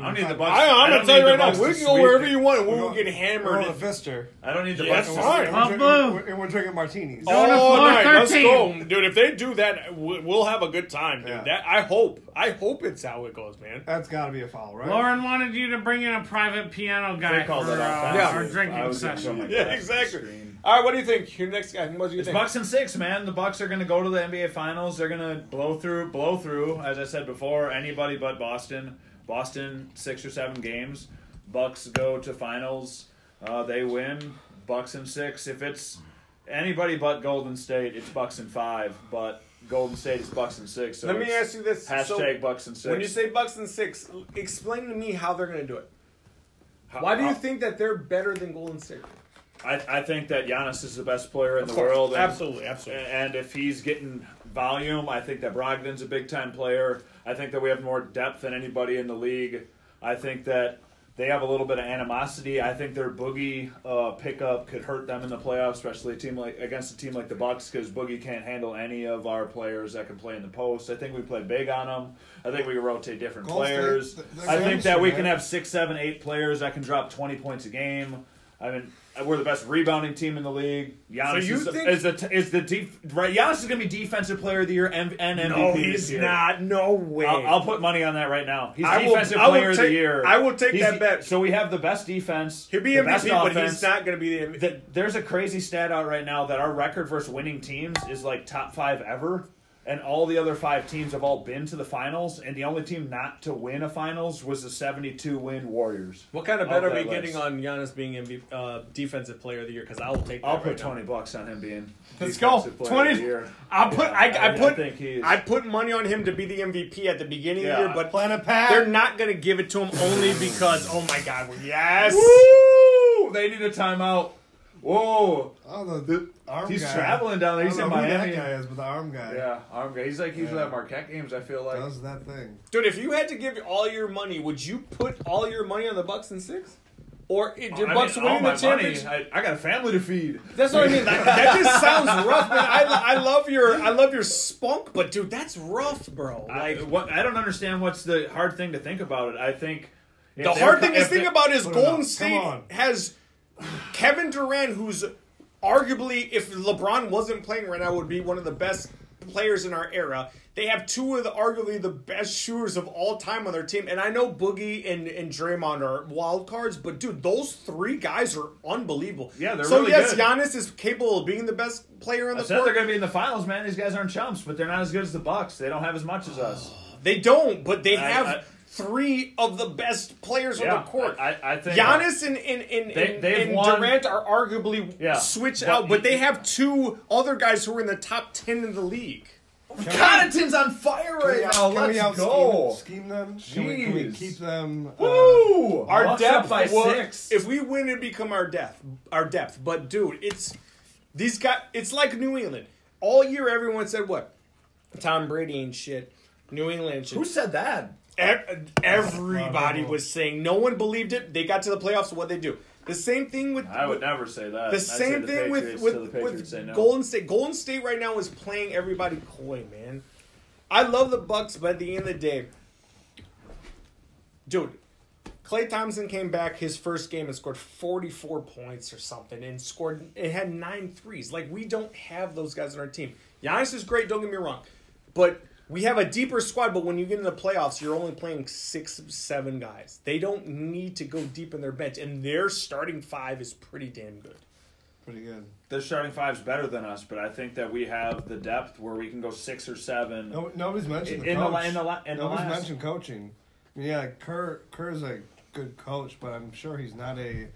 D: I don't need the Bucks.
C: I, I'm
D: I
C: gonna tell
D: don't need
C: you
D: the
C: right now,
D: Bucks
C: we
D: to
C: can go
D: sweep
C: wherever
D: it.
C: you want, and we
E: We're
C: will
E: going-
C: get
E: We're
C: hammered.
E: on a Fister.
D: I don't need the
C: Yeah,
D: Bucks.
C: that's
D: to
E: We're-
C: fine.
E: we're-
B: Well,
E: we're-
B: boom.
E: we're- And we're drinking martinis.
C: All
B: Going to floor
C: night, let's
B: 13.
C: go, dude. If they do that, we- we'll have a good time, dude.
E: Yeah.
C: That I hope, I hope it's how it goes, man.
E: That's got to be a foul, right?
B: Lauren wanted you to bring in a private piano guy
D: They
B: for
D: called it
B: uh,
D: offensive.
B: our
D: I
B: drinking
D: was gonna
B: session.
D: show my
C: Yeah,
D: glass
C: exactly.
D: screen.
C: All right, what do you think? Your next guy, what do you
D: It's
C: think?
D: Bucks and six, man. The Bucks are going to go to the NBA Finals. They're going to blow through, blow through. As I said before, anybody but Boston. Boston six or seven games. Bucks go to finals. Uh, they win. Bucks and six. If it's anybody but Golden State, it's Bucks and five. But Golden State is Bucks and six. So
C: Let me
D: it's
C: ask you this:
D: Hashtag
C: So,
D: Bucks and six.
C: when you say Bucks and six, l- explain to me how they're gonna do it.
D: How-
C: Why do you
D: how-
C: think that they're better than Golden State?
D: I, I think that Giannis is the best player in the
C: course.
D: world. and-
C: Absolutely, absolutely.
D: And if he's getting volume, I think that Brogdon's a big time player. I think that we have more depth than anybody in the league. I think that they have a little bit of animosity. I think their Boogie uh, pickup could hurt them in the playoffs, especially a team like against a team like the Bucks, because Boogie can't handle any of our players that can play in the post. I think we play big on them. I think we can rotate different
E: Golden State,
D: players.
E: th- they're
D: I think that we
E: chemistry,
D: can
E: man.
D: have six, seven, eight players that can drop twenty points a game. I mean, we're the best rebounding team in the league. Giannis
C: you
D: is, the,
C: think-
D: is the t- is the def- right? Giannis is going to be defensive player of the year and, and MVP.
C: No,
D: this
C: he's
D: year.
C: not. No way.
D: I'll, I'll put money on that right now. He's
C: I will-
D: defensive
C: I will
D: player of the
C: take-
D: year.
C: I will take
D: He's
C: that
D: the-
C: bet.
D: So we have the best defense.
C: He'll be
D: the best
C: MVP, but
D: offense.
C: he's not going to be the MVP.
D: Th- there's a crazy stat out right now that our record versus winning teams is like top five ever, and all the other five teams have all been to the finals, and the only team not to win a finals was the 72 win Warriors.
C: What kind of
D: Off
C: bet are we
D: that
C: getting
D: list.
C: on Giannis being MVP, uh, defensive player of the year? Because I will take. That
D: I'll
C: right
D: put
C: now.
D: 20 bucks on him being.
C: Let's go.
D: defensive player of
C: 20
D: the year.
C: I put.
D: Yeah,
C: I, I,
D: I
C: put.
D: think he's-
C: I put money on him to be the MVP at the beginning of
D: Yeah,
C: the year, but
E: Planet Pat.
C: they're not going to give it to him only because. Oh my God! we're- Yes.
D: Woo! They need a timeout. Whoa!
E: Oh, the, the arm
D: He's
E: guy.
D: traveling down there. He's
E: I
D: in
E: don't know who
D: Miami.
E: That guy is, but the arm guy
D: Yeah, arm guy. He's like usually
E: Yeah.
D: at Marquette games. I feel like
E: does that thing.
C: Dude, if you had to give all your money, would you put all your money on the Bucks and six? Or eh, did
D: I mean,
C: Bucks
D: all
C: winning
D: my
C: the championship?
D: Money, I, I got a family to feed.
C: That's what I mean. That, that just sounds rough, man. I, I love your I love your spunk, but dude, that's rough, bro. Like
D: I, what, I don't understand what's the hard thing to think about it. I think if
C: the
D: they're
C: hard
D: co-
C: thing to
D: if
C: think
D: they-
C: about is
E: Put it up.
C: Golden
E: Come
C: State
E: on.
C: has Kevin Durant, who's arguably, if LeBron wasn't playing right now, would be one of the best players in our era. They have two of the arguably the best shooters of all time on their team. And I know Boogie and, and Draymond are wild cards, but dude, those three guys are unbelievable.
D: Yeah, they're
C: so
D: really
C: yes,
D: good.
C: Giannis is capable of being the best player on
D: I
C: the
D: said
C: court.
D: they're going to be in the finals, man. These guys aren't chumps, but they're not as good as the Bucks. They don't have as much as us.
C: They don't, but they
D: I-
C: have
D: I-
C: three of the best players on
D: Yeah,
C: the court.
D: I- I- I think- uh,
C: Giannis and and, and,
D: They-
C: and-
D: they've
C: and
D: won-
C: Durant are arguably
D: Yeah,
C: switch
D: but
C: out, but
D: you-
C: they have two other guys who are in the top ten in the league.
D: Connaughton's on fire right now.
E: Can we
D: Let's
E: out
D: go.
E: scheme them? Can we, can we
D: Jeez.
E: keep them? uh,
D: Woo!
C: Our
D: Bucks
C: depth
D: up by
C: would-
D: six.
C: If we win, it become our depth. Our depth, but dude, it's these guys. It's like New England. All year, everyone said what Tom Brady and shit. New England shit.
D: Who said that?
C: Ev- Everybody was saying no one believed it. They got to the playoffs. What they do? The same thing with
D: I would never say that.
C: the
D: I'd say
C: same thing with
D: Patriots till
C: with,
D: Uh, the Patriots
C: with
D: say no.
C: Golden State. Golden State right now is playing everybody coy, man. I love the Bucks, but at the end of the day, dude, Clay Thompson came back his first game and scored 44 points or something, and scored it had nine threes. Like we don't have those guys on our team. Giannis is great. Don't get me wrong, but. We have a deeper squad, but when you get in the playoffs, you're only playing six, seven guys. They don't need to go deep in their bench, and their starting five is pretty damn good.
E: Pretty good.
D: Their starting five's better than us, but I think that we have the depth where we can go six or seven.
E: No, nobody's mentioned the
D: In the
E: coach.
D: la- in the la- in the
E: nobody's
D: last-
E: mentioned coaching. I mean, yeah, Kerr Kerr's a good coach, but I'm sure he's not a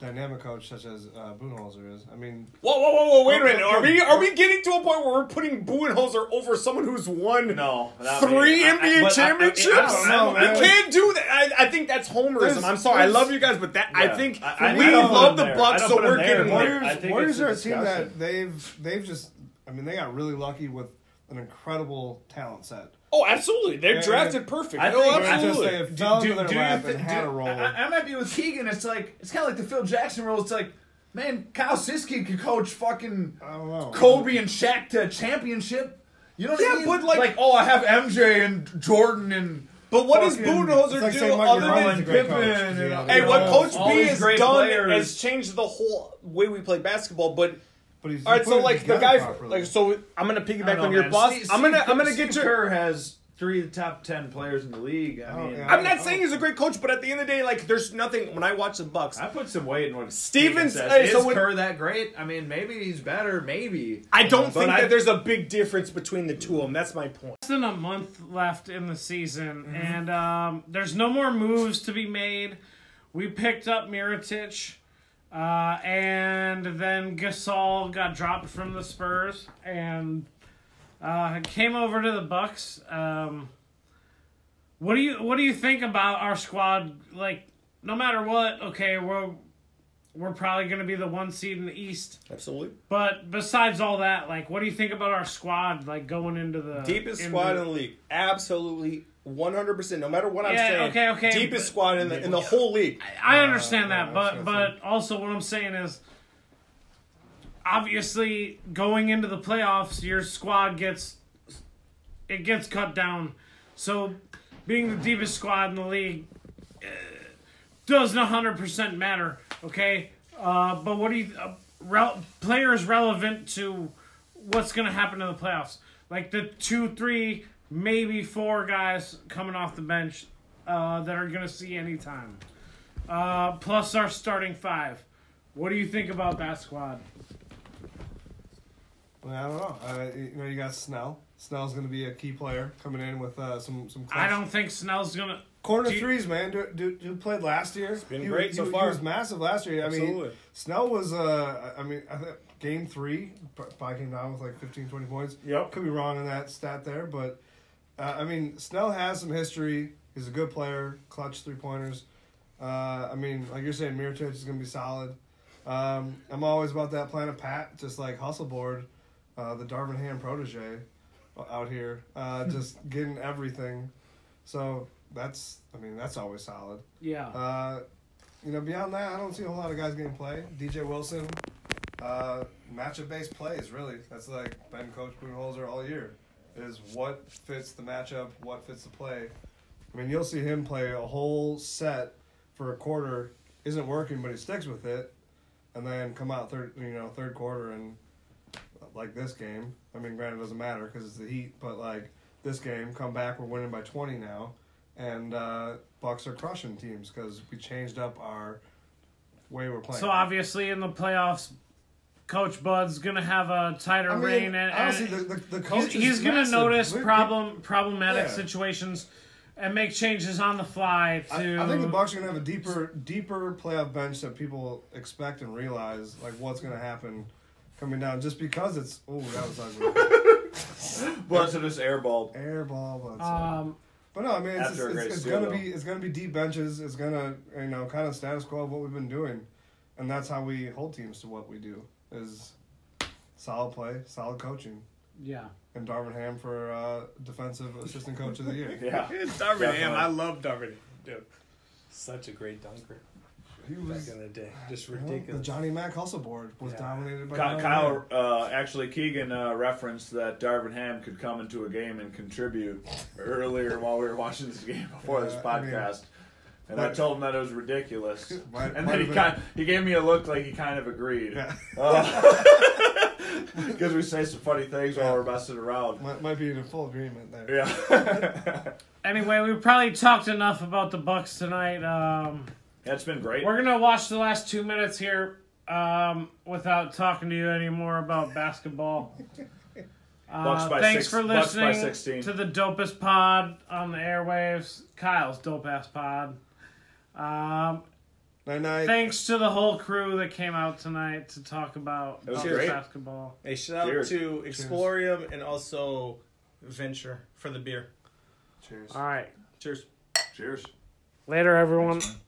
E: dynamic coach such as uh, Boonholzer is. I mean,
C: Whoa, whoa, whoa, whoa! Wait a minute. Are we are we getting to a point where we're putting Budenholzer over someone who's won
D: No, not me.
C: three
D: I- I-
C: NBA
D: but I- I- I don't
C: championships?
D: know,
C: we
E: man.
C: can't do that. I, I think that's homerism.
E: There's-
C: I'm sorry. I
E: there's-
C: love you guys, but that
D: Yeah.
C: I think
D: I- I-
C: we
D: I don't put
C: love
D: him
C: the
D: there.
C: Bucks,
D: I don't
C: so
D: put him
C: we're
D: there,
C: getting
D: but-
C: there.
E: Warriors,
D: I think
E: Warriors
D: it's a
E: are a team
D: discussion.
E: that they've they've just. I mean, they got really lucky with an incredible talent set.
C: Oh, absolutely. They're
E: Yeah,
C: drafted perfect.
D: I
C: oh,
D: think-
E: Where it's just
C: absolutely.
E: they fell into their
D: you
E: lap
D: thi-
E: and had
D: do-
E: a role.
D: I, I might be with Keegan. It's like it's kind of like the Phil Jackson rule. It's like, man, Kyle Siski could coach fucking
E: I don't know.
D: Kobe and Shaq to a championship. You know what I
C: Yeah,
D: mean?
C: but, like-
D: oh, I have MJ and Jordan and.
C: But what does
D: fucking-
C: Budenholzer
E: It's like
C: do
E: saying Michael
C: other
E: Jordan's
C: than
E: a great
D: Pippen
E: coach.
D: and- uh,
E: Yeah.
C: Hey, what
E: Yeah.
C: Coach
D: All
C: B
D: these
C: has
D: great
C: done
D: players.
C: has changed the whole way we play basketball, but
E: But he's
C: all right, so
E: putting it
C: like the
E: together
C: guy,
E: properly.
C: like so, I'm gonna
D: I
C: piggyback
D: don't know,
C: on your
D: man.
C: boss.
D: Steve-
C: I'm gonna,
D: Steve-
C: I'm gonna get
D: Steve
C: to.
D: Kerr has three of the top ten players in the league. I
E: Oh,
D: mean,
E: yeah.
C: I'm not saying he's a great coach, but at the end of the day, like there's nothing. When I watch the Bucks,
D: I put some weight in what
C: Stevens-
D: Stevens says.
C: hey,
D: Is
C: so when-
D: Kerr that great? I mean, maybe he's better. Maybe
C: I don't
D: But
C: think
D: I-
C: that there's a big difference between the two of them. That's my point.
B: less than a month left in the season, and um, there's no more moves to be made. We picked up Miritich, uh, and then Gasol got dropped from the Spurs and uh, came over to the Bucks. Um, what do you What do you think about our squad? Like, no matter what, okay, we're we're probably going to be the one seed in the East.
C: Absolutely,
G: Uh,
B: But besides all that, like, what do you think about our squad? Like going into the
C: deepest
B: into-
C: squad in the league. Absolutely, 100. percent No matter what I'm
B: Yeah,
C: saying,
B: okay, okay,
C: deepest
B: but-
C: squad in the in the whole league.
B: I understand
E: Uh, yeah,
B: that,
E: I was
B: but
E: gonna
B: but also what I'm saying is, obviously, going into the playoffs, your squad gets it gets cut down. So, being the deepest squad in the league eh, doesn't 100 percent matter. Okay, uh, but what do you uh, rel- players relevant to what's going to happen in the playoffs? Like the two, three, maybe four guys coming off the bench uh, that are going to see any time uh, plus our starting five. What do you think about that squad?
E: Well, I don't know. Uh, you know, you got Snell. Snell's going to be a key player coming in with uh, some some.
B: I
E: clutch-
B: don't think Snell's gonna.
E: corner
B: do you-
E: threes, man. Dude, dude, dude played last year. It's
C: been great so far.
E: He was massive last year. I mean,
C: Absolutely.
E: Snell was. Uh, I I mean, I think game three probably came down with like 15, 20 points.
C: Yep.
E: Could be wrong on that stat there, but uh, I mean, Snell has some history. He's a good player, clutch three pointers. Uh, I mean, like you're saying, Miritich is going to be solid. Um, I'm always about that Planet Pat, just like Hustle Board, uh, the Darvin Ham protege out here, uh, just getting everything. So that's, I mean, that's always solid.
B: Yeah.
E: Uh, you know, beyond that, I don't see a whole lot of guys getting play. DJ Wilson, uh, matchup based plays, really. That's like been Coach Boonholzer all year. Is what fits the matchup, what fits the play. I mean, you'll see him play a whole set for a quarter, isn't working, but he sticks with it, and then come out third, you know, third quarter and like this game. I mean, granted, it doesn't matter because it's the Heat, but like this game, come back, we're winning by 20 now, and uh, Bucks are crushing teams because we changed up our way we're playing.
B: So obviously in the playoffs, Coach Bud's gonna have a tighter
E: I
B: reign
E: mean,
B: and, and
E: honestly, the, the, the coach
B: he's,
E: is
B: he's gonna
E: massive.
B: notice
E: We're-
B: problem problematic
E: Yeah.
B: situations and make changes on the fly to.
E: I, I think the Bucks are gonna have a deeper, deeper playoff bench that people expect and realize like what's gonna happen coming down. Just because it's oh that was ugly
D: Bunch of this airball.
E: airball, but it's,
B: um,
E: but no, I mean it's,
D: After a
E: it's,
D: great
E: it's, it's
D: steal,
E: gonna
D: though.
E: be it's gonna be deep benches. It's gonna you know kind of status quo of what we've been doing, and that's how we hold teams to what we do is solid play, solid coaching,
B: yeah.
E: and Darvin Ham for uh, defensive assistant coach of the year.
D: Yeah.
G: Darvin Ham,
D: Definitely.
G: I love Darvin. Dude, such a great dunker
E: He
G: back
E: was.
G: in the day. Just
E: you know, the
G: ridiculous.
E: Johnny Mack hustle board was
G: Yeah.
E: dominated by
D: Ky-
E: Darvin
D: Kyle,
E: Ham.
D: uh, actually, Keegan uh, referenced that Darvin Ham could come into a game and contribute earlier while we were watching this game before this
E: Yeah, I mean-
D: podcast. and I told him that it was ridiculous.
E: Might-
D: and
E: might
D: then he
E: have
D: kind he gave me a look like he kind of agreed.
E: Yeah.
D: Because we say some funny things while we're messing around.
E: Might, might be in full agreement there.
D: Yeah.
B: Anyway, we probably talked enough about the Bucks tonight. Um,
D: That's been great.
B: we're gonna watch the last two minutes here um, without talking to you anymore about basketball. Uh,
D: Bucks by
B: thanks
D: six-
B: for
D: Bucks by
B: listening
D: 16.
B: to the dopest pod on the airwaves, Kyle's dope ass pod. Um,
E: Night night.
B: thanks to the whole crew that came out tonight to talk about
D: It was
B: Bucks
D: great.
B: basketball.
G: A shout out
D: Cheers.
G: to Explorium and also Venture for the beer.
E: Cheers.
B: All right,
G: Cheers.
D: Cheers.
H: Later, everyone.
D: Thanks, man.